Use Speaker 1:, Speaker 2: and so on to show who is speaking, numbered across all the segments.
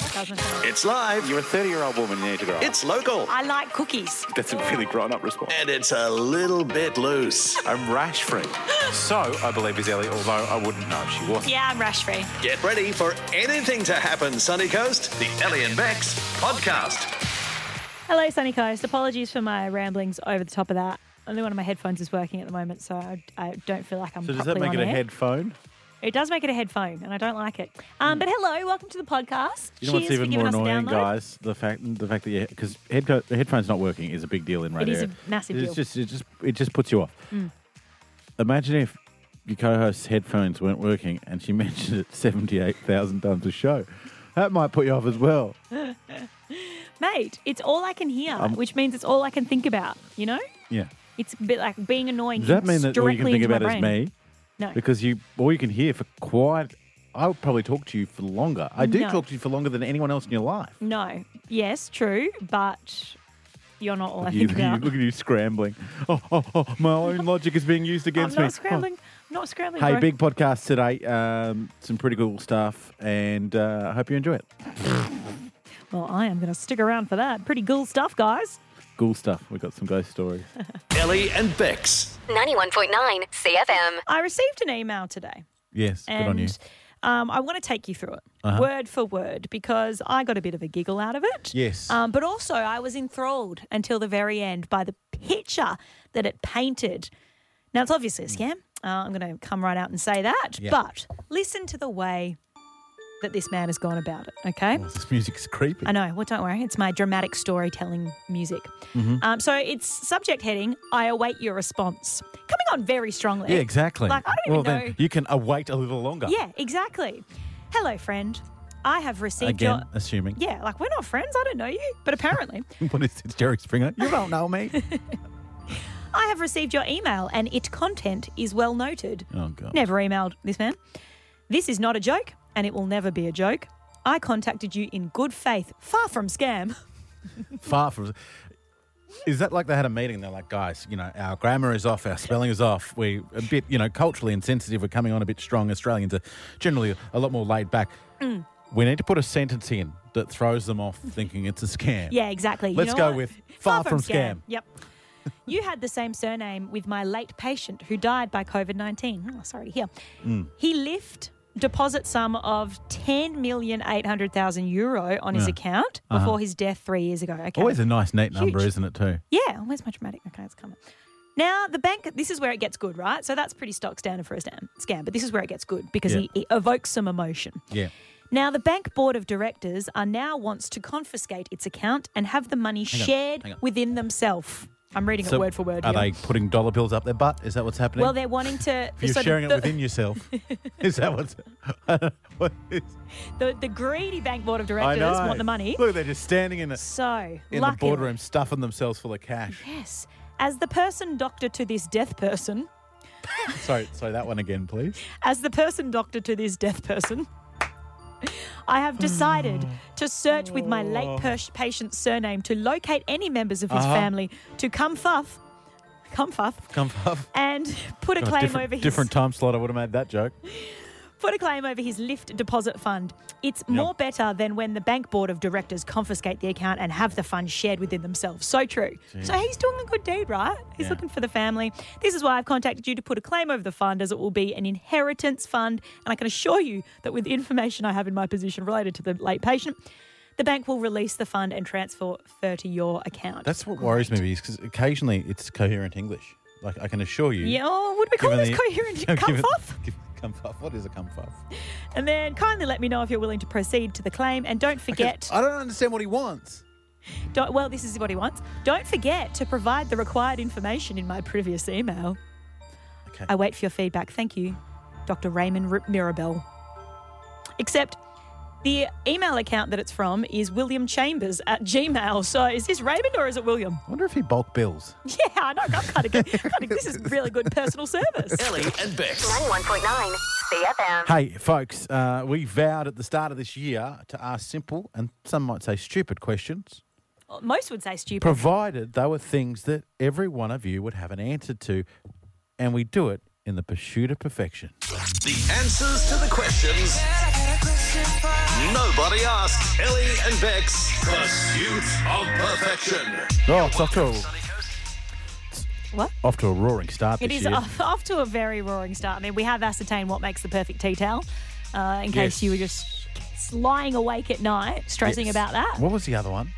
Speaker 1: husband.
Speaker 2: It's live.
Speaker 3: You're a 30 year old woman, you need to grow up.
Speaker 2: It's local.
Speaker 1: I like cookies.
Speaker 3: That's a really grown up response.
Speaker 2: And it's a little bit loose.
Speaker 3: I'm rash free. So, I believe is Ellie, although I wouldn't know if she wasn't.
Speaker 1: Yeah, I'm rash free.
Speaker 2: Get ready for anything to happen, Sunny Coast. The Ellie and Bex podcast.
Speaker 1: Hello, Sunny Coast. Apologies for my ramblings over the top of that. Only one of my headphones is working at the moment, so I, I don't feel like I'm.
Speaker 4: So does that
Speaker 1: properly
Speaker 4: make
Speaker 1: on
Speaker 4: it a
Speaker 1: air.
Speaker 4: headphone?
Speaker 1: It does make it a headphone, and I don't like it. Um, But hello, welcome to the podcast.
Speaker 4: Hmm. You know
Speaker 1: Cheers
Speaker 4: what's
Speaker 1: for
Speaker 4: even more
Speaker 1: giving us a
Speaker 4: annoying,
Speaker 1: download.
Speaker 4: guys? The fact the fact that because headco- the headphone's not working is a big deal in radio.
Speaker 1: is a massive
Speaker 4: it's
Speaker 1: deal. Mm.
Speaker 4: Just, it just it just puts you off. Imagine if your co-host's headphones weren't working and she mentioned it seventy-eight thousand times a show. That might put you off as well.
Speaker 1: Mate, it's all I can hear,
Speaker 4: Um,
Speaker 1: which means it's all I can think about, you know?
Speaker 4: Yeah.
Speaker 1: It's a bit like being annoying.
Speaker 4: Does that mean that all you can
Speaker 1: directly
Speaker 4: think
Speaker 1: into my
Speaker 4: about is
Speaker 1: brain.
Speaker 4: me?
Speaker 1: No.
Speaker 4: Because you all you can hear for quite. I would probably talk to you for longer. I do
Speaker 1: No.
Speaker 4: talk to you for longer than anyone else in your life.
Speaker 1: No. Yes, true, but you're not all I
Speaker 4: you,
Speaker 1: think
Speaker 4: you-
Speaker 1: about.
Speaker 4: look at you scrambling. Oh, oh, oh, my own logic is being used
Speaker 1: I'm
Speaker 4: against me.
Speaker 1: not
Speaker 4: Oh.
Speaker 1: scrambling. Not scrambling.
Speaker 4: Hey,
Speaker 1: bro.
Speaker 4: big podcast today. Um, some pretty cool stuff, and uh, I hope you enjoy it.
Speaker 1: Well, I am going to stick around for that. Pretty cool stuff, guys.
Speaker 4: Cool stuff. We've got some ghost stories.
Speaker 2: Ellie and Bex.
Speaker 5: 91.9 CFM.
Speaker 1: I received an email today,
Speaker 4: Yes,
Speaker 1: and
Speaker 4: good on you. Uh-huh.
Speaker 1: Um, I want to take you through it word for word because I got a bit of a giggle out of it.
Speaker 4: Yes.
Speaker 1: Um, but also, I was enthralled until the very end by the picture that it painted. Now, it's obviously a
Speaker 4: Hmm.
Speaker 1: scam. Uh, I'm going to come right out and say that. But listen to the way that this man has gone about it, okay?
Speaker 4: This music's creepy.
Speaker 1: I know. Well, don't worry. It's my dramatic storytelling music.
Speaker 4: Mm-hmm.
Speaker 1: Um, so it's subject heading I await your response. Coming on very strongly.
Speaker 4: Yeah, exactly.
Speaker 1: Like, I don't
Speaker 4: well,
Speaker 1: even know.
Speaker 4: then you can await a little longer.
Speaker 1: Yeah, exactly. Hello, friend. I have received
Speaker 4: Again,
Speaker 1: your.
Speaker 4: assuming.
Speaker 1: Yeah, like we're not friends. I don't know you, but apparently,
Speaker 4: What is it, Jerry Springer? You don't know me.
Speaker 1: I have received your email and its content is well noted.
Speaker 4: oh, God.
Speaker 1: Never emailed this man. This is not a joke and it will never be a joke. I contacted you in good faith, far from scam.
Speaker 4: Far from. Is that like they had a meeting? and They're like, guys, you know, our grammar is off, our spelling is off. We're a bit, you know, culturally insensitive. We're coming on a bit strong. Australians are generally a lot more laid back.
Speaker 1: Mm.
Speaker 4: We need to put a sentence in that throws them off thinking it's a scam.
Speaker 1: Yeah, exactly. You
Speaker 4: Let's
Speaker 1: know
Speaker 4: go
Speaker 1: what?
Speaker 4: with far from scam.
Speaker 1: Yep. you had the same surname with my late patient who died by COVID 19. Oh, sorry to hear.
Speaker 4: Mm.
Speaker 1: He left deposit sum of 10,800,000 euro on his account before his death three years ago. Okay.
Speaker 4: Uh-huh. Always a nice, neat number,
Speaker 1: Huge.
Speaker 4: isn't it, too?
Speaker 1: Yeah, where's my dramatic? Okay, it's coming. Now, the bank, this is where it gets good, right? So that's pretty stock standard for a scam, scam but this is where it gets good because
Speaker 4: Yeah.
Speaker 1: he, he evokes some emotion.
Speaker 4: Yeah.
Speaker 1: Now, the bank board of directors are now wants to confiscate its account and have the money
Speaker 4: on,
Speaker 1: shared
Speaker 4: hang on.
Speaker 1: within themselves. I'm reading it word for word.
Speaker 4: Are
Speaker 1: here.
Speaker 4: they putting dollar bills up their butt? Is that what's happening?
Speaker 1: Well, they're wanting to. so
Speaker 4: If you're
Speaker 1: the-
Speaker 4: sharing
Speaker 1: the,
Speaker 4: it within yourself. is that what's. what is,
Speaker 1: the, the greedy bank board of
Speaker 4: I
Speaker 1: directors
Speaker 4: know.
Speaker 1: want the money.
Speaker 4: Look, they're just standing in the,
Speaker 1: So,
Speaker 4: in the
Speaker 1: luckily-
Speaker 4: boardroom, stuffing themselves full of cash.
Speaker 1: Yes. As the person doctor to this death person,
Speaker 4: Sorry, sorry, that one again, please.
Speaker 1: As the person doctor to this death person, I have decided to search with my late pers- patient's surname to locate any members of his
Speaker 4: Oh. Uh-huh.
Speaker 1: family to come fuff, come fuff,
Speaker 4: Come up.
Speaker 1: and put a claim
Speaker 4: Oh, different,
Speaker 1: over his
Speaker 4: different time slot. I would have made that joke.
Speaker 1: put a claim over his lift deposit fund. It's more better than when the bank board of directors confiscate the account and have the funds shared within themselves. So true. So he's doing a good deed, right? He's
Speaker 4: Yeah.
Speaker 1: looking for the family. This is why I've contacted you to put a claim over the fund as it will be an inheritance fund. And I can assure you that with the information I have in my position related to the late patient, the bank will release the fund and transfer fair to your account.
Speaker 4: That's what worries me because occasionally it's coherent English. Like I can assure you.
Speaker 1: yeah, oh, would we call
Speaker 4: given
Speaker 1: this
Speaker 4: the-
Speaker 1: coherent?
Speaker 4: given-
Speaker 1: Come off.
Speaker 4: given- Come off. What is a come off?
Speaker 1: And then kindly let me know if you're willing to proceed to the claim. And don't forget.
Speaker 4: I don't understand what he wants.
Speaker 1: Don't, well, this is what he wants. Don't forget to provide the required information in my previous email.
Speaker 4: Okay.
Speaker 1: I wait for your feedback. Thank you, Dr. Raymond R- Mirabel. Except the email account that it's from is William Chambers at Gmail. So is this Raymond or is it William?
Speaker 4: I wonder if he bulk bills.
Speaker 1: Yeah, I know. I'm kind of, kind of this is really good personal service.
Speaker 2: Ellie and Bex.
Speaker 5: 91.9 CFM.
Speaker 4: Hey, folks, uh, we vowed at the start of this year to ask simple and some might say stupid questions,
Speaker 1: Most would say stupid.
Speaker 4: provided they were things that every one of you would have an answer to, and we do it in the pursuit of perfection.
Speaker 2: The answers to the questions Nobody asked. Ellie and Bex. Pursuit of perfection.
Speaker 4: Oh, it's off to a,
Speaker 1: What?
Speaker 4: off to a roaring start
Speaker 1: It
Speaker 4: this
Speaker 1: is
Speaker 4: year.
Speaker 1: off, off to a very roaring start. I mean, we have ascertained what makes the perfect tea towel, uh, in case
Speaker 4: Yes.
Speaker 1: you were just lying awake at night, stressing
Speaker 4: Yes.
Speaker 1: about that.
Speaker 4: What was the other one?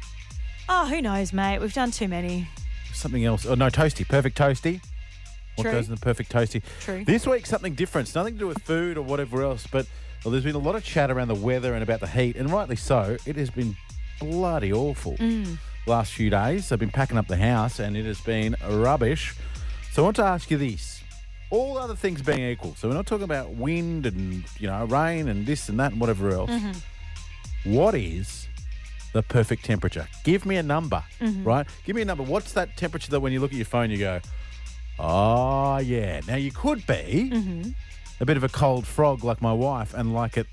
Speaker 1: Oh, who knows, mate? We've done too many.
Speaker 4: Something else. Oh, no, toasty. Perfect toasty. What
Speaker 1: True.
Speaker 4: goes in the perfect toasty?
Speaker 1: True.
Speaker 4: This week, something different. It's nothing to do with food or whatever else, but well, there's been a lot of chat around the weather and about the heat, and rightly so. It has been bloody awful last few days. I've been packing up the house, and it has been rubbish. So I want to ask you this. All other things being equal, so we're not talking about wind and you know rain and this and that and whatever else. What is the perfect temperature? Give me a number, right? Give me a number. What's that temperature that when you look at your phone you go, Oh, yeah. Now, you could be
Speaker 1: Mm-hmm.
Speaker 4: a bit of a cold frog like my wife and like it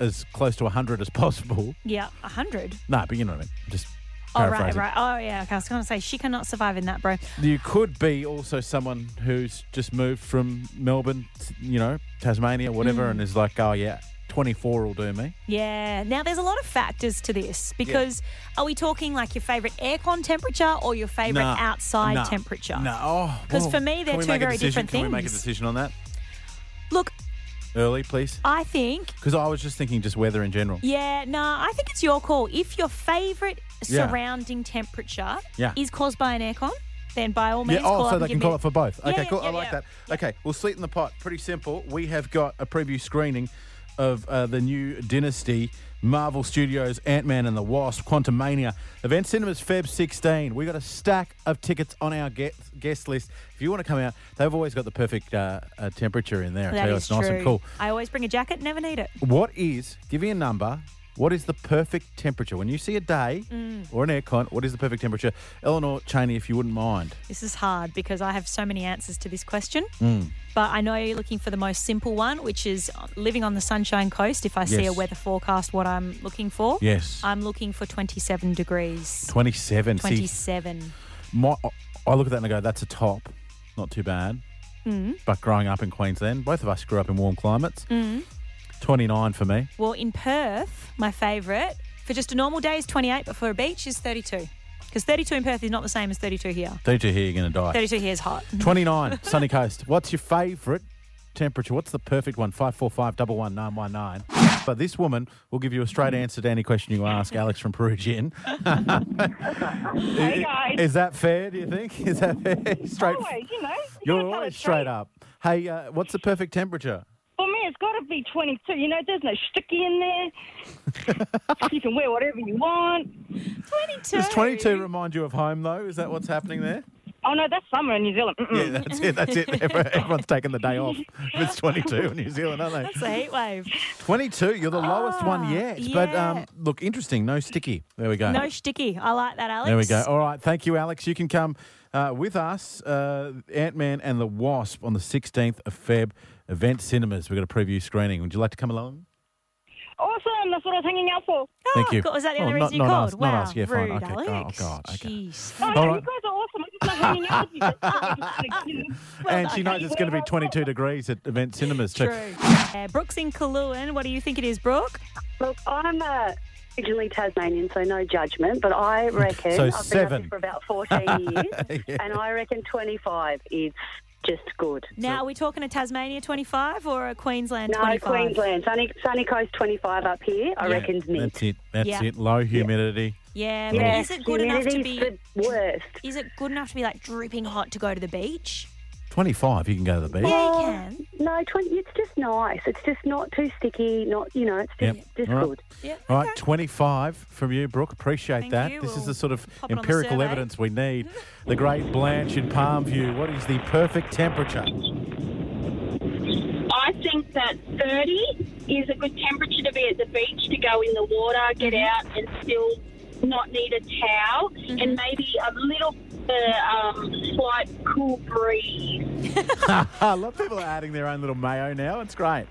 Speaker 4: as close to 100 as possible.
Speaker 1: Yeah, a hundred.
Speaker 4: No, but you know what I mean. I'm Just
Speaker 1: Oh right,
Speaker 4: paraphrasing.
Speaker 1: right. Oh yeah. I was going to say she cannot survive in that, bro.
Speaker 4: You could be also someone who's just moved from Melbourne, t- you know, Tasmania, whatever,
Speaker 1: Mm.
Speaker 4: and is like, oh, yeah, 24 will do me.
Speaker 1: Yeah. Now there's a lot of factors to this because are we talking like your favorite aircon temperature or your favorite
Speaker 4: Nah,
Speaker 1: outside
Speaker 4: nah,
Speaker 1: temperature?
Speaker 4: No. Oh,
Speaker 1: 'Cause
Speaker 4: well,
Speaker 1: for me, they're
Speaker 4: can we
Speaker 1: two
Speaker 4: make a
Speaker 1: very
Speaker 4: decision?
Speaker 1: different
Speaker 4: Can we make a
Speaker 1: things.
Speaker 4: decision on that
Speaker 1: Look,
Speaker 4: early, please?
Speaker 1: I think
Speaker 4: Because I was just thinking just weather in general.
Speaker 1: Yeah, no, I think it's your call. If your favourite
Speaker 4: Yeah.
Speaker 1: surrounding temperature
Speaker 4: Yeah.
Speaker 1: is caused by an aircon, then by all means,
Speaker 4: Yeah,
Speaker 1: call
Speaker 4: oh,
Speaker 1: up
Speaker 4: so
Speaker 1: and
Speaker 4: they
Speaker 1: give
Speaker 4: can
Speaker 1: me
Speaker 4: call
Speaker 1: a-
Speaker 4: it for both.
Speaker 1: Yeah,
Speaker 4: okay,
Speaker 1: yeah,
Speaker 4: cool.
Speaker 1: yeah,
Speaker 4: I like
Speaker 1: yeah.
Speaker 4: that. Okay, well, Sleep in the Pot, pretty simple. We have got a preview screening of uh, the new Dynasty, Marvel Studios, Ant Man and the Wasp, Quantum Mania. Event Cinemas Feb 16. we got a stack of tickets on our get- guest list. If you want to come out, they've always got the perfect uh, uh, temperature in there. I
Speaker 1: That
Speaker 4: tell you,
Speaker 1: is
Speaker 4: it's nice and
Speaker 1: true.
Speaker 4: cool.
Speaker 1: I always bring a jacket, never need it.
Speaker 4: What is, give me a number, what is the perfect temperature? When you see a day
Speaker 1: Mm.
Speaker 4: or an aircon, what is the perfect temperature? Eleanor Cheney, if you wouldn't mind.
Speaker 1: This is hard because I have so many answers to this question.
Speaker 4: Mm.
Speaker 1: But I know you're looking for the most simple one, which is living on the Sunshine Coast. If I see a
Speaker 4: Yes.
Speaker 1: weather forecast, what I'm looking for.
Speaker 4: Yes.
Speaker 1: I'm looking for 27 degrees.
Speaker 4: 27. See,
Speaker 1: 27.
Speaker 4: my, I look at that and I go, that's a top. Not too bad. But growing up in Queensland, both of us grew up in warm climates. 29 for me.
Speaker 1: Well, in Perth, my favourite for just a normal day is 28, but for a beach is 32. Because 32 in Perth is not the same as 32 here.
Speaker 4: 32 here, you're going to die.
Speaker 1: 32 here is hot.
Speaker 4: 29, Sunny Coast. What's your favourite temperature? What's the perfect one? 545 11919. But this woman will give you a straight answer to any question you ask, Alex from Perugian.
Speaker 6: Hey guys.
Speaker 4: Is that fair, do you think? Is that fair? Straight.
Speaker 6: always, you know. you
Speaker 4: You're
Speaker 6: gotta tell
Speaker 4: always
Speaker 6: it
Speaker 4: straight up. Hey, uh, what's the perfect temperature?
Speaker 6: For me, it's got to be 22. You know, there's no sticky in there. you can wear whatever you want.
Speaker 1: 22.
Speaker 4: Does 22 remind you of home, though? Is that what's happening there?
Speaker 6: Oh no, that's summer in New Zealand. Mm-mm.
Speaker 4: Yeah, that's it. That's it. Everyone- Everyone's taking the day off. It's 22 in New Zealand, aren't
Speaker 1: It's
Speaker 4: they?
Speaker 1: a heat wave.
Speaker 4: 22, you're the lowest one yet. But
Speaker 1: Ah, yeah.
Speaker 4: um, look, interesting. No sticky. There we go.
Speaker 1: No sticky. I like that, Alex.
Speaker 4: there we go. All right. Thank you, Alex. You can come uh, with us, uh, Ant Man and the Wasp, on the 16th of Feb, Event Cinemas. We've got a preview screening. Would you like to come along?
Speaker 6: Awesome. That's what I was hanging out for.
Speaker 4: Thank you.
Speaker 1: God, was that the
Speaker 4: Oh,
Speaker 1: only
Speaker 4: not-
Speaker 1: reason you
Speaker 4: not
Speaker 1: called?
Speaker 4: us,
Speaker 1: wow.
Speaker 4: not us. Yeah, fine.
Speaker 1: rude,
Speaker 4: Okay. Oh,
Speaker 1: Alex.
Speaker 4: God, okay.
Speaker 1: Jeez.
Speaker 6: Oh,
Speaker 4: All
Speaker 6: no,
Speaker 4: right.
Speaker 6: you guys are awesome. I just love hanging out with you. That's really funny.
Speaker 4: and she knows it's going to be 22 degrees at Event Cinemas, too.
Speaker 1: True. Uh, Brooks in Kaluan. What do you think it is, Brooke?
Speaker 7: Look, I'm uh, originally Tasmanian, so no judgment, but I reckon
Speaker 4: So
Speaker 7: I've
Speaker 4: seven.
Speaker 7: been up here for about 14 years, and I reckon 25 is just good.
Speaker 1: Now, are we talking a Tasmania 25 or a Queensland
Speaker 7: No,
Speaker 1: 25?
Speaker 7: Queensland, sunny, sunny Coast 25 up here, I reckon's mid.
Speaker 4: That's it. That's
Speaker 1: Yeah.
Speaker 4: it. Low humidity.
Speaker 1: Yeah, but
Speaker 7: Yeah,
Speaker 1: is it good enough to be?
Speaker 7: humidity's the worst?
Speaker 1: Is it good enough to be like dripping hot to go to the beach?
Speaker 4: 25, you can go to the beach.
Speaker 1: Yeah, you can.
Speaker 7: Oh, No, 20, it's just nice. It's just not too sticky. Not you know, it's just,
Speaker 4: Yep.
Speaker 7: just
Speaker 4: All right.
Speaker 7: good.
Speaker 1: Yeah.
Speaker 4: All right, 25 from you, Brooke. Appreciate
Speaker 1: Thank
Speaker 4: that.
Speaker 1: you.
Speaker 4: This is
Speaker 1: We'll
Speaker 4: the sort of
Speaker 1: pop it on the
Speaker 4: empirical
Speaker 1: survey.
Speaker 4: evidence we need. The great Blanche in Palm View. What is the perfect temperature?
Speaker 8: I think that 30 is a good temperature to be at the beach, to go in the water, get out, and still not need a towel,
Speaker 1: Mm-hmm.
Speaker 8: and maybe a little uh, um, slight cool breeze.
Speaker 4: A lot of Ah, people are adding their own little mayo now. It's great.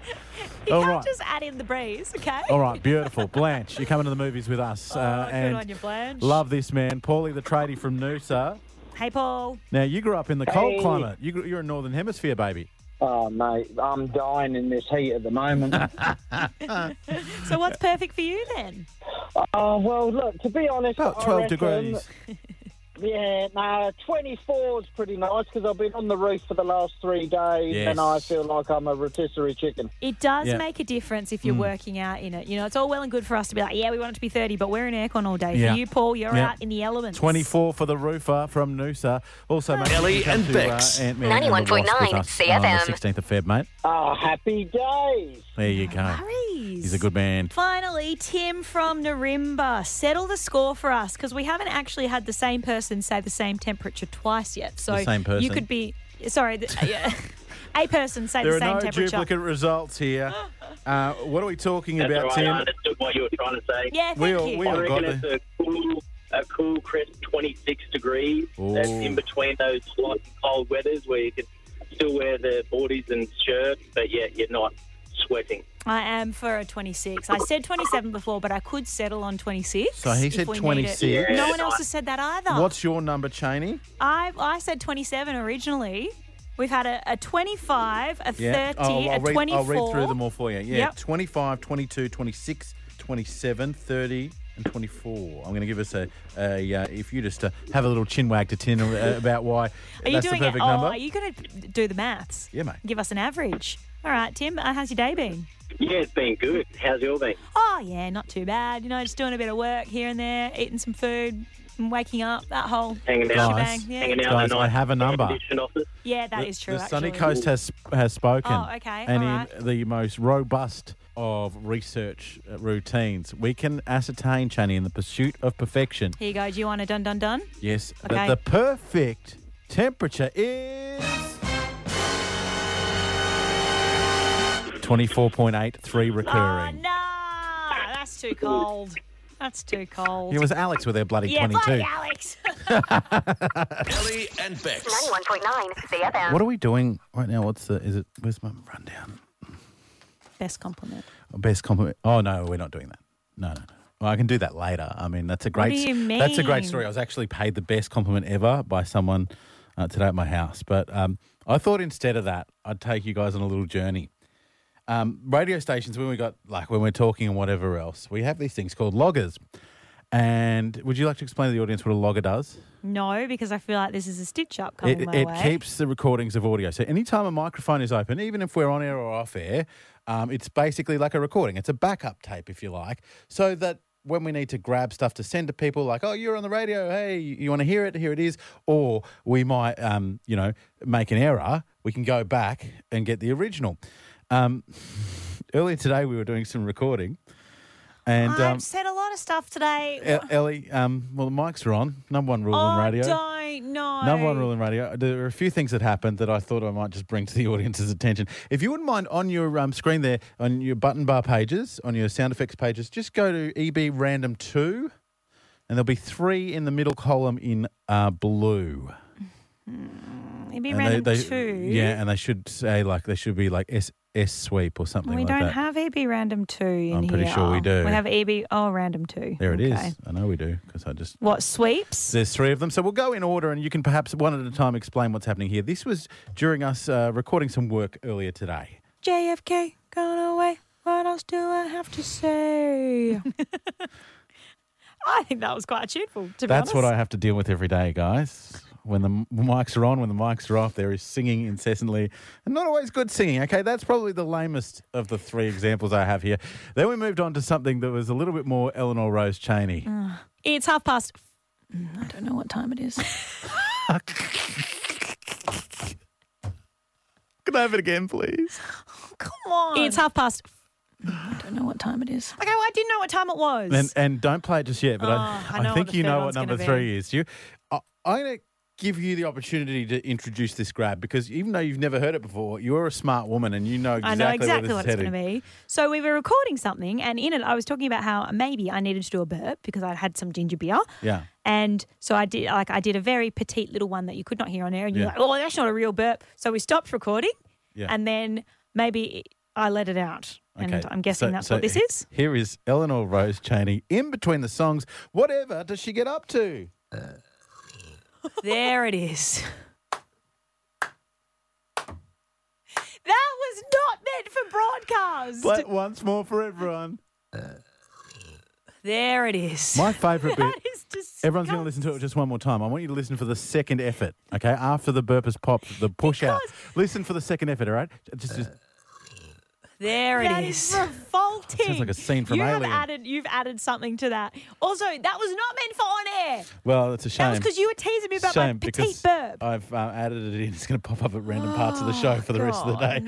Speaker 1: You
Speaker 4: All
Speaker 1: can't
Speaker 4: right.
Speaker 1: just add in the breeze, okay?
Speaker 4: All right, beautiful. Blanche, you're coming to the movies with us. uh,
Speaker 1: Oh, good
Speaker 4: and
Speaker 1: on you, Blanche.
Speaker 4: Love this man. Paulie the tradie from Noosa.
Speaker 1: Hey, Paul.
Speaker 4: Now, you grew up in the cold
Speaker 6: Hey.
Speaker 4: climate. You grew, you're a Northern Hemisphere baby.
Speaker 9: Oh, mate, I'm dying in this heat at the moment.
Speaker 1: So what's perfect for you then?
Speaker 9: oh, well, look, to be honest,
Speaker 4: About
Speaker 9: I
Speaker 4: 12
Speaker 9: reckon-
Speaker 4: degrees.
Speaker 9: Yeah, no, 24 is pretty nice because I've been on the roof for the last three days
Speaker 4: Yes.
Speaker 9: and I feel like I'm a rotisserie chicken.
Speaker 1: It does
Speaker 4: Yeah. Mm.
Speaker 1: make a difference if you're working out in it. You know, it's all well and good for us to be like, yeah, we want it to be 30, but we're in aircon all day.
Speaker 4: Yeah.
Speaker 1: For you, Paul, you're
Speaker 4: Yeah.
Speaker 1: out in the elements.
Speaker 4: 24 for the roofer from Noosa. Also, mate,
Speaker 2: Ellie
Speaker 4: you can come
Speaker 2: and
Speaker 4: to,
Speaker 2: Bex.
Speaker 4: Uh, Ant-Man and the Wasp with
Speaker 5: 91.9
Speaker 4: us On
Speaker 5: CFM.
Speaker 4: the 16th of Feb, mate.
Speaker 9: Oh, happy days.
Speaker 4: There you go.
Speaker 1: Hurries.
Speaker 4: He's a good man.
Speaker 1: Finally, Tim from Narimba, settle the score for us because we haven't actually had the same person say the same temperature twice yet. So
Speaker 4: The same
Speaker 1: you
Speaker 4: person.
Speaker 1: could be sorry, th- yeah. a person say
Speaker 4: There
Speaker 1: the
Speaker 4: are
Speaker 1: same
Speaker 4: no
Speaker 1: temperature.
Speaker 4: duplicate results here. Uh, what are we talking about,
Speaker 10: That's all right, I
Speaker 4: Tim?
Speaker 10: understood what you were trying to say.
Speaker 1: Yeah, thank
Speaker 4: We all-
Speaker 1: you.
Speaker 4: we
Speaker 10: I
Speaker 4: all- got
Speaker 10: reckon it's a cool, a cool, crisp 26 degrees. That's
Speaker 4: Ooh.
Speaker 10: in between those hot and cold weathers where you can still wear the boardies and shirts, but yet you're not sweating.
Speaker 1: I am for a 26. I said 27 before, but I could settle on 26.
Speaker 4: So he
Speaker 1: if
Speaker 4: said
Speaker 1: we need it.
Speaker 4: 26.
Speaker 1: No one else has said that either.
Speaker 4: What's your number, Cheney?
Speaker 1: I I said 27 originally. We've had a, a 25, a 30,
Speaker 4: Oh,
Speaker 1: a
Speaker 4: I'll, read,
Speaker 1: 24.
Speaker 4: I'll read through them all for you. Yeah.
Speaker 1: Yep.
Speaker 4: 25, 22, 26, 27, 30. And 24. I'm going to give us a, a uh, if you just uh, have a little chin wag to Tim uh, about why
Speaker 1: Are you
Speaker 4: that's
Speaker 1: doing
Speaker 4: the perfect
Speaker 1: it?
Speaker 4: number.
Speaker 1: Oh, are you going to do the maths?
Speaker 4: Yeah, mate.
Speaker 1: Give us an average. All right, Tim, uh, how's your day been?
Speaker 10: Yeah, it's been good. How's your been?
Speaker 1: Oh, yeah, not too bad. You know, just doing a bit of work here and there, eating some food, and waking up, that whole
Speaker 10: Hanging out.
Speaker 4: Guys.
Speaker 1: shebang. Yeah,
Speaker 10: Hanging out
Speaker 4: Guys,
Speaker 10: in a
Speaker 4: I
Speaker 10: nice
Speaker 4: have a number.
Speaker 10: air-conditioned office.
Speaker 1: yeah that is
Speaker 4: the,
Speaker 1: true,
Speaker 4: the
Speaker 1: actually.
Speaker 4: Sunny Coast has has spoken.
Speaker 1: Oh, okay,
Speaker 4: And
Speaker 1: all
Speaker 4: in
Speaker 1: right.
Speaker 4: the most robust of research uh, routines, we can ascertain, Chaney, in the pursuit of perfection.
Speaker 1: Here you go. Do you want a dun dun dun?
Speaker 4: Yes,
Speaker 1: Okay.
Speaker 4: that the perfect temperature is. 24.83
Speaker 1: Oh,
Speaker 4: recurring.
Speaker 1: no. That's too cold. That's too cold.
Speaker 4: It was Alex with their bloody
Speaker 1: yeah,
Speaker 4: 22.
Speaker 1: bloody Alex.
Speaker 2: Ellie and Bex.
Speaker 5: 91.9 CFM.
Speaker 4: What are we doing right now? What's the, is it, where's my rundown?
Speaker 1: Best compliment.
Speaker 4: Best compliment. Oh no, we're not doing that. No, no, no. Well, I can do that later. I mean, that's a great.
Speaker 1: do you
Speaker 4: That's a great
Speaker 1: mean?
Speaker 4: story. I was actually paid the best compliment ever by someone uh, today at my house. But um, I thought instead of that, I'd take you guys on a little journey. Um, radio stations, when we got like when we're talking and whatever else, we have these things called loggers. And would you like to explain to the audience what a logger does?
Speaker 1: No, because I feel like this is a stitch up coming
Speaker 4: it,
Speaker 1: my
Speaker 4: it
Speaker 1: way.
Speaker 4: keeps the recordings of audio. So anytime a microphone is open, even if we're on air or off air, um, it's basically like a recording. It's a backup tape, if you like, so that when we need to grab stuff to send to people, like, oh, you're on the radio, hey, you, want to hear it? Here it is. Or we might, um, you know, make an error. We can go back and get the original. Um, earlier today, we were doing some recording, and um,
Speaker 1: I've said a lot of stuff today.
Speaker 4: E- Ellie, um, well, the mics are on. Number one rule on
Speaker 1: I
Speaker 4: radio.
Speaker 1: don't know.
Speaker 4: Number one rule in radio. uh, There are a few things that happened that I thought I might just bring to the audience's attention. If you wouldn't mind, on your um, screen there, on your button bar pages, on your sound effects pages, just go to EB Random 2, and there'll be three in the middle column in uh, blue.
Speaker 1: It'd be
Speaker 4: And
Speaker 1: E random
Speaker 4: they- they-
Speaker 1: two.
Speaker 4: Yeah, and they should say, like, they should be like S, S sweep or something
Speaker 1: We
Speaker 4: like
Speaker 1: don't
Speaker 4: that.
Speaker 1: have EB random two in
Speaker 4: I'm pretty
Speaker 1: here.
Speaker 4: sure we do.
Speaker 1: We have EB oh random two.
Speaker 4: there it is.
Speaker 1: Okay.
Speaker 4: I know we do, because I just
Speaker 1: What sweeps?
Speaker 4: There's three of them. So we'll go in order and you can perhaps one at a time explain what's happening here. This was during us uh, recording some work earlier today.
Speaker 1: JFK gone away. What else do I have to say? I think that was quite cheerful. To
Speaker 4: That's
Speaker 1: be honest.
Speaker 4: what I have to deal with every day, guys. When the m- mics are on, when the mics are off, there is singing incessantly and not always good singing. Okay, that's probably the lamest of the three examples I have here. Then we moved on to something that was a little bit more Eleanor Rose Cheney.
Speaker 1: Mm. It's half past. Mm, I don't know what time it is.
Speaker 4: Can I have it again, please?
Speaker 1: Come on. It's half past. mm, I don't know what time it is. Okay, well, I didn't know what time it was.
Speaker 4: And and don't play it just yet, but I,
Speaker 1: Oh, I
Speaker 4: I,
Speaker 1: know what
Speaker 4: think
Speaker 1: the
Speaker 4: you
Speaker 1: third
Speaker 4: know what
Speaker 1: one's
Speaker 4: number
Speaker 1: gonna
Speaker 4: three is. Do You, I, I'm going to give you the opportunity to introduce this grab because even though you've never heard it before, you're a smart woman and you know exactly,
Speaker 1: I know exactly
Speaker 4: where
Speaker 1: what
Speaker 4: this
Speaker 1: it's
Speaker 4: is
Speaker 1: going to
Speaker 4: heading.
Speaker 1: be. So we were recording something, and in it, I was talking about how maybe I needed to do a burp because I had some ginger beer.
Speaker 4: Yeah.
Speaker 1: And so I did, like, I did a very petite little one that you could not hear on air, and you're
Speaker 4: Yeah.
Speaker 1: like, "Oh, that's not a real burp." So we stopped recording,
Speaker 4: Yeah.
Speaker 1: and then maybe I let it out, and
Speaker 4: Okay,
Speaker 1: I'm guessing
Speaker 4: so-
Speaker 1: that's
Speaker 4: so
Speaker 1: what this
Speaker 4: he-
Speaker 1: is.
Speaker 4: Here is Eleanor Rose Cheney in between the songs. Whatever does she get up to?
Speaker 1: there it is. was not meant for broadcast.
Speaker 4: But once more for everyone.
Speaker 1: Uh, There it is.
Speaker 4: My favourite bit.
Speaker 1: That is disgusting.
Speaker 4: Everyone's going to listen to it just one more time. I want you to listen for the second effort, okay? After the burp has popped, the push out. Listen for the second effort, all right? Just,
Speaker 1: Uh,
Speaker 4: just
Speaker 1: There it is. That is revolting.
Speaker 4: Sounds like a scene from
Speaker 1: you have
Speaker 4: Alien.
Speaker 1: added. You've added something to that. Also, that was not meant for on air.
Speaker 4: well, it's a shame.
Speaker 1: That was because you were teasing me about
Speaker 4: shame
Speaker 1: my petite
Speaker 4: because
Speaker 1: burp. Oh,
Speaker 4: I've uh, added it in. It's going to pop up at random parts of the show for the rest of the day.
Speaker 1: God,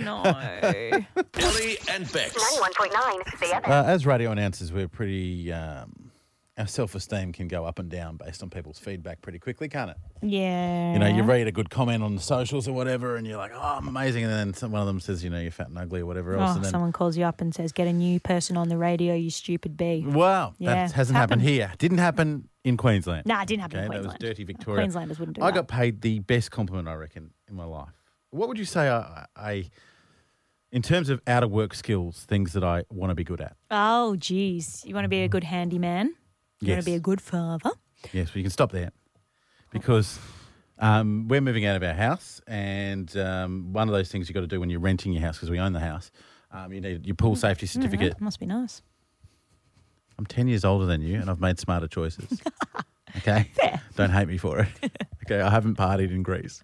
Speaker 1: No.
Speaker 2: Ellie and Bex.
Speaker 5: 91.9 CFM.
Speaker 4: Uh, as radio announcers, we're pretty. Um, our self esteem can go up and down based on people's feedback pretty quickly, can't it?
Speaker 1: yeah.
Speaker 4: You know, you read a good comment on the socials or whatever, and you're like, oh, I'm amazing. And then some, one of them says, you know, you're fat and ugly or whatever else.
Speaker 1: Oh,
Speaker 4: and then,
Speaker 1: someone calls you up and says, "Get a new person on the radio, you stupid bee."
Speaker 4: wow,
Speaker 1: Yeah,
Speaker 4: that hasn't
Speaker 1: happened.
Speaker 4: happened. here. Didn't happen in Queensland.
Speaker 1: Nah, it didn't happen
Speaker 4: Okay,
Speaker 1: in
Speaker 4: that was
Speaker 1: Queensland.
Speaker 4: dirty Victoria.
Speaker 1: Queenslanders wouldn't do
Speaker 4: I
Speaker 1: that.
Speaker 4: got paid the best compliment, I reckon, in my life. What would you say I, I in terms of out of work skills, things that I want to be good at?
Speaker 1: Oh, geez. You want to be a good handyman? You want
Speaker 4: Yes.
Speaker 1: to be a good father?
Speaker 4: Yes, well, you can stop there because um, we're moving out of our house, and um, one of those things you got to do when you're renting your house because we own the house. Um, you need your pool safety certificate.
Speaker 1: That must be nice.
Speaker 4: I'm 10 years older than you, and I've made smarter choices. Okay, don't hate me for it. Okay, I haven't partied in Greece.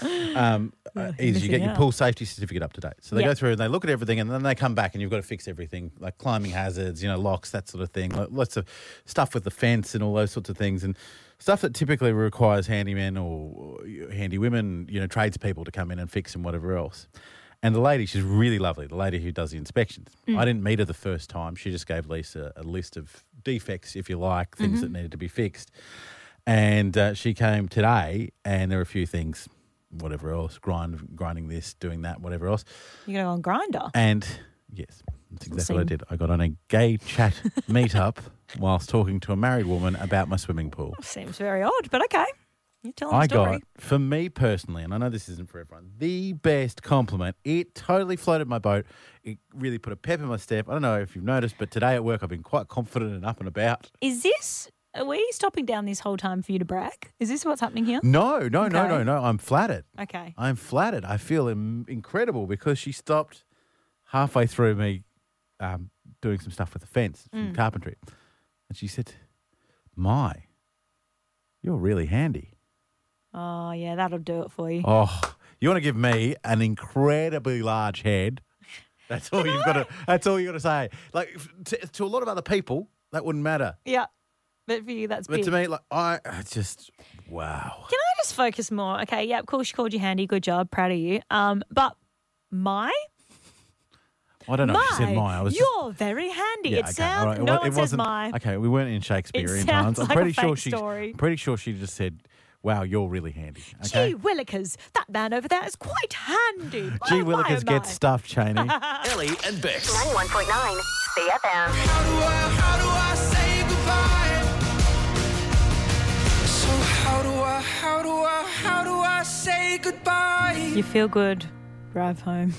Speaker 4: Um, uh, is you
Speaker 1: missing
Speaker 4: get your
Speaker 1: out.
Speaker 4: pool safety certificate up to date. So they
Speaker 1: Yeah.
Speaker 4: go through and they look at everything, and then they come back, and you've got to fix everything, like climbing hazards, you know, locks, that sort of thing. Lo- Lots of stuff with the fence and all those sorts of things, and stuff that typically requires handymen or handy women, you know, tradespeople to come in and fix and whatever else. And the lady, she's really lovely. The lady who does the inspections.
Speaker 1: Mm.
Speaker 4: I didn't meet her the first time. She just gave Lisa a list of defects, if you like,
Speaker 1: Mm-hmm.
Speaker 4: things that needed to be fixed. And uh, she came today, and there were a few things, whatever else, grind, grinding this, doing that, whatever else.
Speaker 1: You're going to go on Grinder.
Speaker 4: And yes, that's exactly what I
Speaker 1: seem-
Speaker 4: did. I got on a gay chat meetup whilst talking to a married woman about my swimming pool.
Speaker 1: Seems very odd, but okay. You tell them
Speaker 4: I
Speaker 1: the story.
Speaker 4: got, for me personally, and I know this isn't for everyone, the best compliment. It totally floated my boat. It really put a pep in my step. I don't know if you've noticed, but today at work, I've been quite confident and up and about.
Speaker 1: Is this, are we stopping down this whole time for you to brag? Is this what's happening here?
Speaker 4: No, no, no,
Speaker 1: Okay.
Speaker 4: no, no. I'm flattered.
Speaker 1: Okay.
Speaker 4: I'm flattered. I feel Im- incredible because she stopped halfway through me um, doing some stuff with the fence, some carpentry. And she said, My, you're really handy.
Speaker 1: Oh, yeah, that'll do it for you.
Speaker 4: Oh, you want to give me an incredibly large head? That's all you've got to. That's all you got to say. Like f- to, to a lot of other people, that wouldn't matter.
Speaker 1: Yeah. But for you, that's
Speaker 4: But
Speaker 1: big.
Speaker 4: to me, like I, I just wow.
Speaker 1: Can I just focus more? Okay, yeah, of course, she called you handy. Good job. Proud of you. Um, But my,
Speaker 4: I don't know. if she said my. I was. just-
Speaker 1: you're very handy.
Speaker 4: Yeah,
Speaker 1: it
Speaker 4: okay,
Speaker 1: sounds,
Speaker 4: all right,
Speaker 1: no
Speaker 4: wa-
Speaker 1: one says
Speaker 4: wasn't-
Speaker 1: my.
Speaker 4: Okay, we weren't in Shakespearean times.
Speaker 1: sounds
Speaker 4: I'm
Speaker 1: like a
Speaker 4: pretty sure
Speaker 1: fake
Speaker 4: she.
Speaker 1: story.
Speaker 4: Pretty sure she just said, "Wow, you're really handy." Okay.
Speaker 1: Gee Willikers, that man over there is quite handy.
Speaker 4: Gee
Speaker 1: My, my,
Speaker 4: Willikers
Speaker 1: my.
Speaker 4: gets stuffed, Cheney.
Speaker 2: Ellie and Bex.
Speaker 5: 91.9 CFM.
Speaker 1: You feel good. Drive home.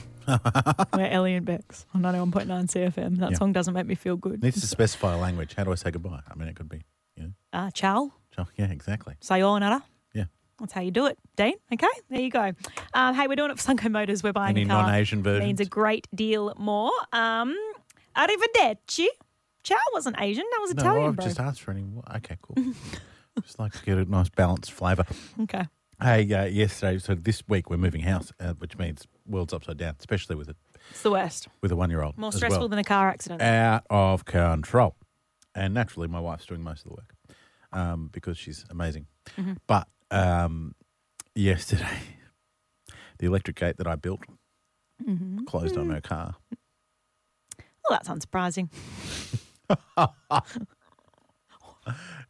Speaker 1: We're Ellie and Bex on 91.9 CFM. That
Speaker 4: Yeah.
Speaker 1: song doesn't make me feel good.
Speaker 4: Needs to specify language. How do I say goodbye? I mean, it could be. You
Speaker 1: Ah, ciao.
Speaker 4: know, yeah, exactly.
Speaker 1: Sayonara.
Speaker 4: Yeah.
Speaker 1: That's how you do it, Dean. Okay, there you go. Um, hey, we're doing it for Sunco Motors. We're buying
Speaker 4: Any
Speaker 1: a car.
Speaker 4: non-Asian versions?
Speaker 1: Means a great deal more. Um, arrivederci. Ciao wasn't Asian. That was
Speaker 4: No,
Speaker 1: Italian,
Speaker 4: I've
Speaker 1: bro.
Speaker 4: just asked for any. more. Okay, cool. just like to get a nice balanced flavour.
Speaker 1: okay.
Speaker 4: Hey, uh, yesterday, so this week we're moving house, uh, which means world's upside down, especially with a
Speaker 1: It's the worst.
Speaker 4: with a one year old.
Speaker 1: More stressful than a car accident.
Speaker 4: out of control. And naturally, my wife's doing most of the work um, because she's amazing.
Speaker 1: Mm-hmm.
Speaker 4: But um, yesterday, the electric gate that I built
Speaker 1: Mm-hmm.
Speaker 4: closed
Speaker 1: Mm.
Speaker 4: on her car.
Speaker 1: well, that's unsurprising.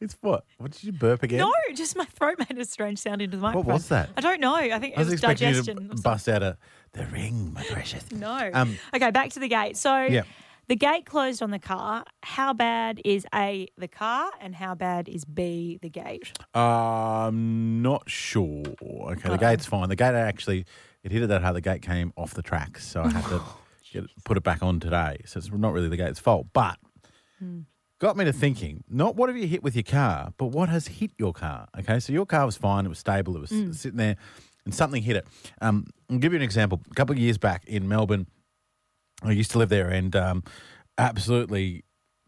Speaker 4: It's what? What did you burp again?
Speaker 1: No, just my throat made a strange sound into the microphone.
Speaker 4: What was that?
Speaker 1: I don't know. I think it
Speaker 4: I was
Speaker 1: was
Speaker 4: expecting
Speaker 1: digestion.
Speaker 4: you
Speaker 1: or
Speaker 4: to bust out a the ring, my precious.
Speaker 1: No.
Speaker 4: Um,
Speaker 1: okay, back to the gate. So
Speaker 4: Yeah.
Speaker 1: the gate closed on the car. How bad is A, the car, and how bad is B, the gate?
Speaker 4: I'm Um, not sure. Okay, the gate's fine. The gate actually, it hit it that hard. The gate came off the tracks, so I had to get it, put it back on today. So it's not really the gate's fault, but got me to thinking. Not what have you hit with your car, but what has hit your car? Okay, so your car was fine. It was stable. It was sitting there. and something hit it. Um, I'll give you an example. A couple of years back in Melbourne, I used to live there, and um, absolutely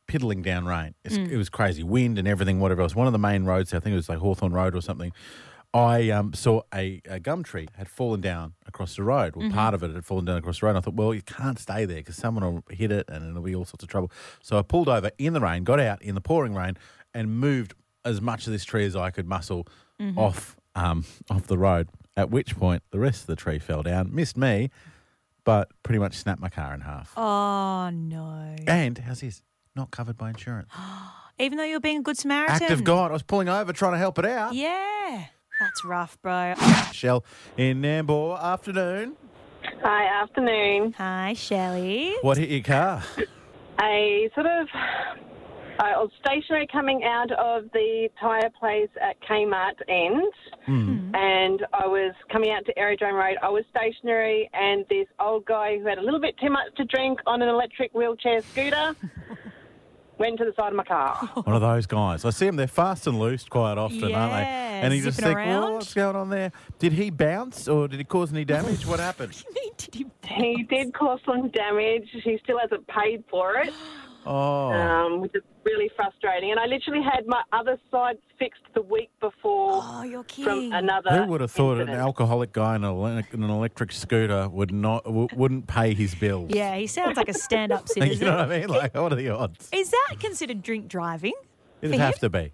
Speaker 4: piddling down rain. It's,
Speaker 11: Mm.
Speaker 4: It was crazy, wind and everything, whatever else. One of the main roads, I think it was like Hawthorne Road or something. I um, saw a, a gum tree had fallen down across the road. Well,
Speaker 11: Mhm.
Speaker 4: part of it had fallen down across the road. And I thought, well, you can't stay there because someone will hit it and it'll be all sorts of trouble. So I pulled over in the rain, got out in the pouring rain, and moved as much of this tree as I could muscle
Speaker 11: Mhm.
Speaker 4: off um, off the road. At which point, the rest of the tree fell down, missed me, but pretty much snapped my car in half.
Speaker 1: Oh, no.
Speaker 4: And how's this? Not covered by insurance.
Speaker 1: Even though you're being a good Samaritan.
Speaker 4: Act of God. I was pulling over trying to help it out.
Speaker 1: Yeah. That's rough, bro.
Speaker 4: Shell in Nambour. Afternoon.
Speaker 12: Hi, afternoon.
Speaker 1: Hi, Shelley.
Speaker 4: What hit your car?
Speaker 12: A sort of I was stationary coming out of the tyre place at Kmart end,
Speaker 4: Hmm.
Speaker 12: and I was coming out to Aerodrome Road. I was stationary, and this old guy who had a little bit too much to drink on an electric wheelchair scooter went to the side of my car.
Speaker 4: One of those guys. I see them. They're fast and loose quite often, aren't they?
Speaker 12: Yeah,
Speaker 4: And you just
Speaker 12: zipping
Speaker 4: think, well,
Speaker 12: around.
Speaker 4: what's going on there? Did he bounce or did he cause any damage? what happened?
Speaker 12: He
Speaker 4: Oh.
Speaker 12: did cause some damage. He still hasn't paid for it.
Speaker 4: Oh.
Speaker 12: um, which is really frustrating. And I literally had my other side fixed the week before from another.
Speaker 4: Who would have thought an alcoholic guy in, a, in an electric scooter would not w- wouldn't pay his bills?
Speaker 1: Yeah, he sounds like a stand up
Speaker 4: you
Speaker 1: citizen.
Speaker 4: know what I mean? Like, what are the odds?
Speaker 1: Is that considered drink driving?
Speaker 4: It'd
Speaker 1: for
Speaker 4: have
Speaker 1: him?
Speaker 4: to be.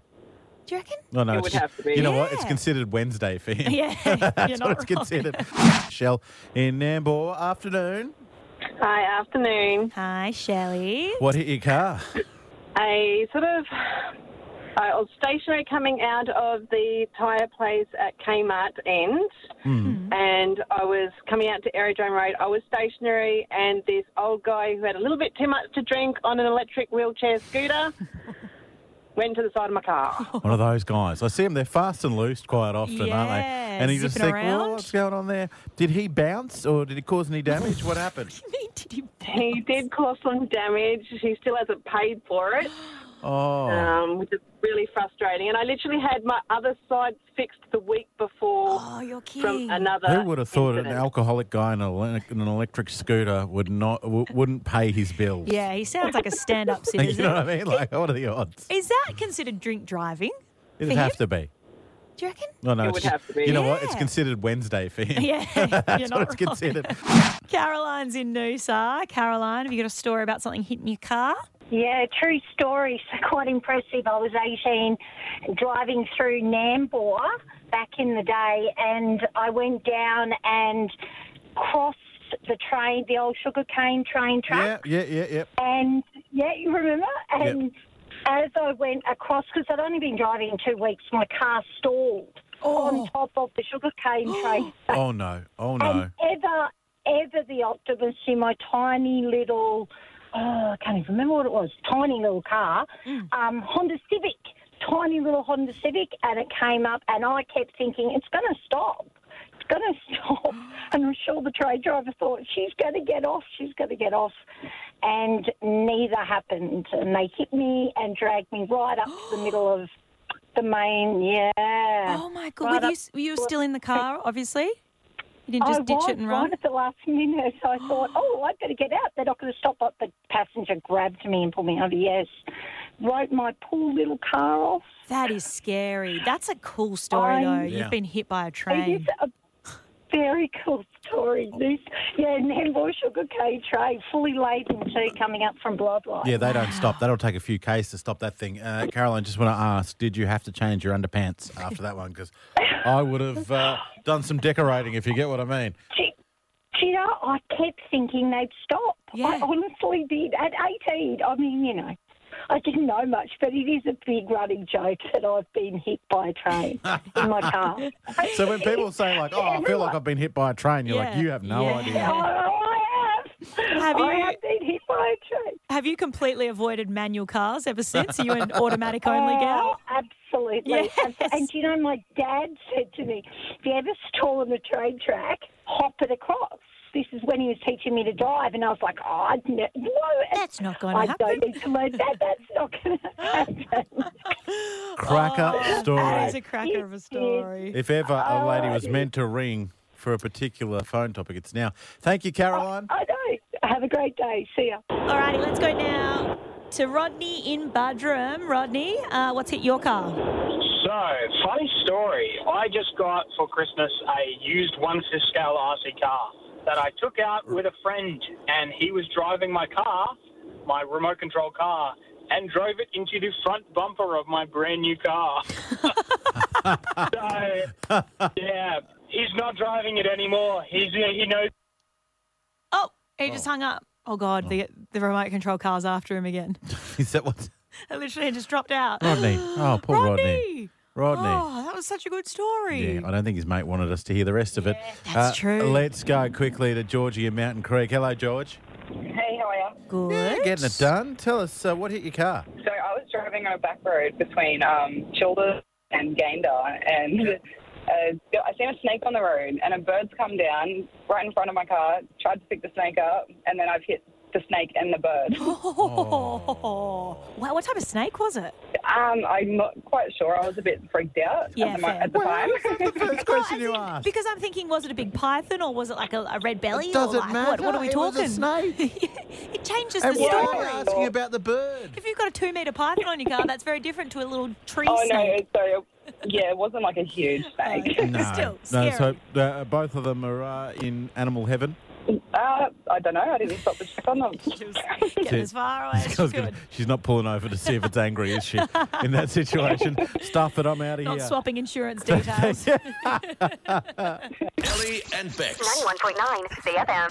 Speaker 1: Do you reckon?
Speaker 4: No, no,
Speaker 1: It
Speaker 4: it's
Speaker 1: would
Speaker 4: just-
Speaker 1: have to be.
Speaker 4: You know what? It's
Speaker 1: Yeah.
Speaker 4: considered Wednesday for him.
Speaker 1: Yeah, you're
Speaker 4: that's
Speaker 1: not
Speaker 4: what it's
Speaker 1: wrong.
Speaker 4: considered. Shell in Nambour. Afternoon.
Speaker 12: Hi, afternoon.
Speaker 1: Hi, Shelley.
Speaker 4: What hit your car?
Speaker 12: A sort of. I was stationary coming out of the tyre place at Kmart end, and I was coming out to Aerodrome Road. I was stationary, and this old guy who had a little bit too much to drink on an electric wheelchair scooter went to the side of my car.
Speaker 4: One of those guys. I see them. They're fast and loose quite often, aren't they?
Speaker 12: Yeah,
Speaker 4: And you just
Speaker 12: zipping
Speaker 4: think, well,
Speaker 12: around.
Speaker 4: what's going on there? Did he bounce or did he cause any damage? what happened?
Speaker 12: He
Speaker 1: Oh.
Speaker 12: did cause some damage. He still hasn't paid for it,
Speaker 4: Oh.
Speaker 12: um, which is really frustrating. And I literally had my other side fixed the week before
Speaker 1: Oh,
Speaker 12: Oh, from
Speaker 1: Uh,
Speaker 12: another.
Speaker 4: Who would have thought an alcoholic guy in, a, in an electric scooter would not w- wouldn't pay his bills?
Speaker 1: Yeah, he sounds like a stand up
Speaker 4: you
Speaker 1: citizen.
Speaker 4: know what I mean? Like, what are the odds?
Speaker 1: Is that considered drink driving?
Speaker 4: It'd
Speaker 1: for
Speaker 4: have
Speaker 1: him?
Speaker 4: to be.
Speaker 1: Do you reckon?
Speaker 4: No, no,
Speaker 1: It
Speaker 4: it's
Speaker 1: would
Speaker 4: just-
Speaker 1: have to be.
Speaker 4: You know what? It's
Speaker 1: Yeah.
Speaker 4: considered Wednesday for him.
Speaker 1: Yeah, you're
Speaker 4: that's
Speaker 1: not
Speaker 4: what it's
Speaker 1: wrong.
Speaker 4: considered.
Speaker 1: Caroline's in Noosa. Caroline, have you got a story about something hitting your car?
Speaker 13: Yeah, true story. So quite impressive. I was 18, driving through Nambour back in the day, and I went down and crossed the train, the old sugarcane train
Speaker 4: Yeah,
Speaker 13: track.
Speaker 4: yeah, yeah, yeah.
Speaker 13: And yeah, you remember? And as I went across, because I'd only been driving two weeks, my car stalled on top of the sugarcane train.
Speaker 4: Oh no! Oh no!
Speaker 1: Um,
Speaker 13: And ever, Um, ever the Optimus in my tiny little, oh, I can't even remember what it was, tiny little car, um, Honda Civic, tiny little Honda Civic, and it came up, and I kept thinking, it's going to stop. It's going to stop. And I'm sure the trade driver thought, she's going to get off, she's going to get off. And neither happened. And they hit me and dragged me right up to the middle of the main, yeah.
Speaker 1: Oh my God, were you, s- were you still in the car, obviously? You didn't just
Speaker 13: I
Speaker 1: ditch
Speaker 13: was
Speaker 1: it and
Speaker 13: right
Speaker 1: run?
Speaker 13: at the last minute. So I thought, oh, I'd better get out. They're not going to stop. But the passenger grabbed me and pulled me over. Yes, wrote my poor little car off.
Speaker 1: That is scary. That's a cool story,
Speaker 13: I-
Speaker 1: though.
Speaker 13: Yeah.
Speaker 1: You've been hit by a
Speaker 13: It
Speaker 1: train.
Speaker 13: is a very cool story. This, yeah, Nambour Sugar Cane Tray, fully laden too, coming up from Bloodline.
Speaker 4: Yeah, they don't stop. That'll take a few Ks to stop that thing. Uh, Caroline, just want to ask, did you have to change your underpants after that one? Because I would have uh, done some decorating, if you get what I mean.
Speaker 13: Do you know, I kept thinking they'd stop. I honestly did. At 18, I mean, you know, I didn't know much, but it is a big running joke that I've been hit by a train in my car.
Speaker 4: So when people say, like, oh, I feel like I've been hit by a train, you're
Speaker 1: Yeah.
Speaker 4: like, you have no
Speaker 1: Yeah.
Speaker 4: idea.
Speaker 1: Have you,
Speaker 13: I Oh, have been hit by a train.
Speaker 1: Have you completely avoided manual cars ever since? Are you an automatic only gal?
Speaker 13: Oh, absolutely.
Speaker 1: Yes.
Speaker 13: And do you know, my dad said to me, if you ever stall on a train track, hop it across. This is when he was teaching me to drive, and I was like, oh, I'd ne- no, that's
Speaker 1: not gonna
Speaker 13: I don't need to learn that. That's not going to happen.
Speaker 4: cracker story.
Speaker 1: It's Oh. a Oh. cracker of a story.
Speaker 4: If ever a lady was meant to ring for a particular phone topic, it's now. Thank you, Caroline.
Speaker 1: I know. Have a great day. See ya. Alrighty, let's go now to Rodney in Budrum. Rodney, uh, what's hit your car?
Speaker 11: So, funny story. I just got for Christmas a used one fifth scale RC car that I took out with a friend, and he was driving my car, my remote control car, and drove it into the front bumper of my brand new car. so, yeah, he's not driving it anymore. He's he knows.
Speaker 1: Oh, he just hung up. Oh God, the the remote control car's after him again.
Speaker 4: Is that what?
Speaker 1: I literally just dropped out.
Speaker 4: Rodney. Oh, poor Rodney. Rodney.
Speaker 1: Oh, that was such a good story.
Speaker 4: Yeah, I don't think his mate wanted us to hear the rest of it. Uh,
Speaker 1: that's true.
Speaker 4: Let's go quickly to Georgie in Mountain Creek. Hello, George.
Speaker 13: Hey, how are you?
Speaker 1: Good.
Speaker 4: Getting it done. Tell us uh, what hit your car.
Speaker 13: So I was driving on a back road between um, Childer and Gander, and uh, I seen a snake on the road, and a bird's come down right in front of my car, tried to pick the snake up, and then I've hit the snake and the bird.
Speaker 1: Oh. Wow, what type of snake was it?
Speaker 13: Um, I'm not quite sure. I was a bit freaked out
Speaker 1: Yeah,
Speaker 13: at the, mo-
Speaker 1: fair.
Speaker 13: at the time.
Speaker 4: First question you asked.
Speaker 1: Because I'm thinking, was it a big python or was it like a, a red belly?
Speaker 4: doesn't
Speaker 1: or like, What, what
Speaker 4: matter.
Speaker 1: are we
Speaker 4: It was
Speaker 1: talking?
Speaker 4: a
Speaker 1: snake. it changes
Speaker 4: and
Speaker 1: the
Speaker 4: why
Speaker 1: story.
Speaker 4: are you asking about the bird?
Speaker 1: If you've got a two metre python on your car, that's very different to a little tree
Speaker 13: Oh no,
Speaker 1: snake.
Speaker 13: it- sorry. Yeah, it wasn't like a huge
Speaker 1: Oh,
Speaker 13: snake.
Speaker 1: Still,
Speaker 4: No,
Speaker 1: scary.
Speaker 4: so uh, both of them are uh, in animal heaven.
Speaker 13: Uh, I don't know. I didn't stop to check on them.
Speaker 4: Get as
Speaker 1: far away
Speaker 4: I was gonna- she's not pulling over to see if it's angry, is she? In that situation, stuff it. I'm out of
Speaker 1: Not
Speaker 4: here.
Speaker 1: swapping insurance details.
Speaker 2: Ellie and Bex.
Speaker 5: 91.9 CFM.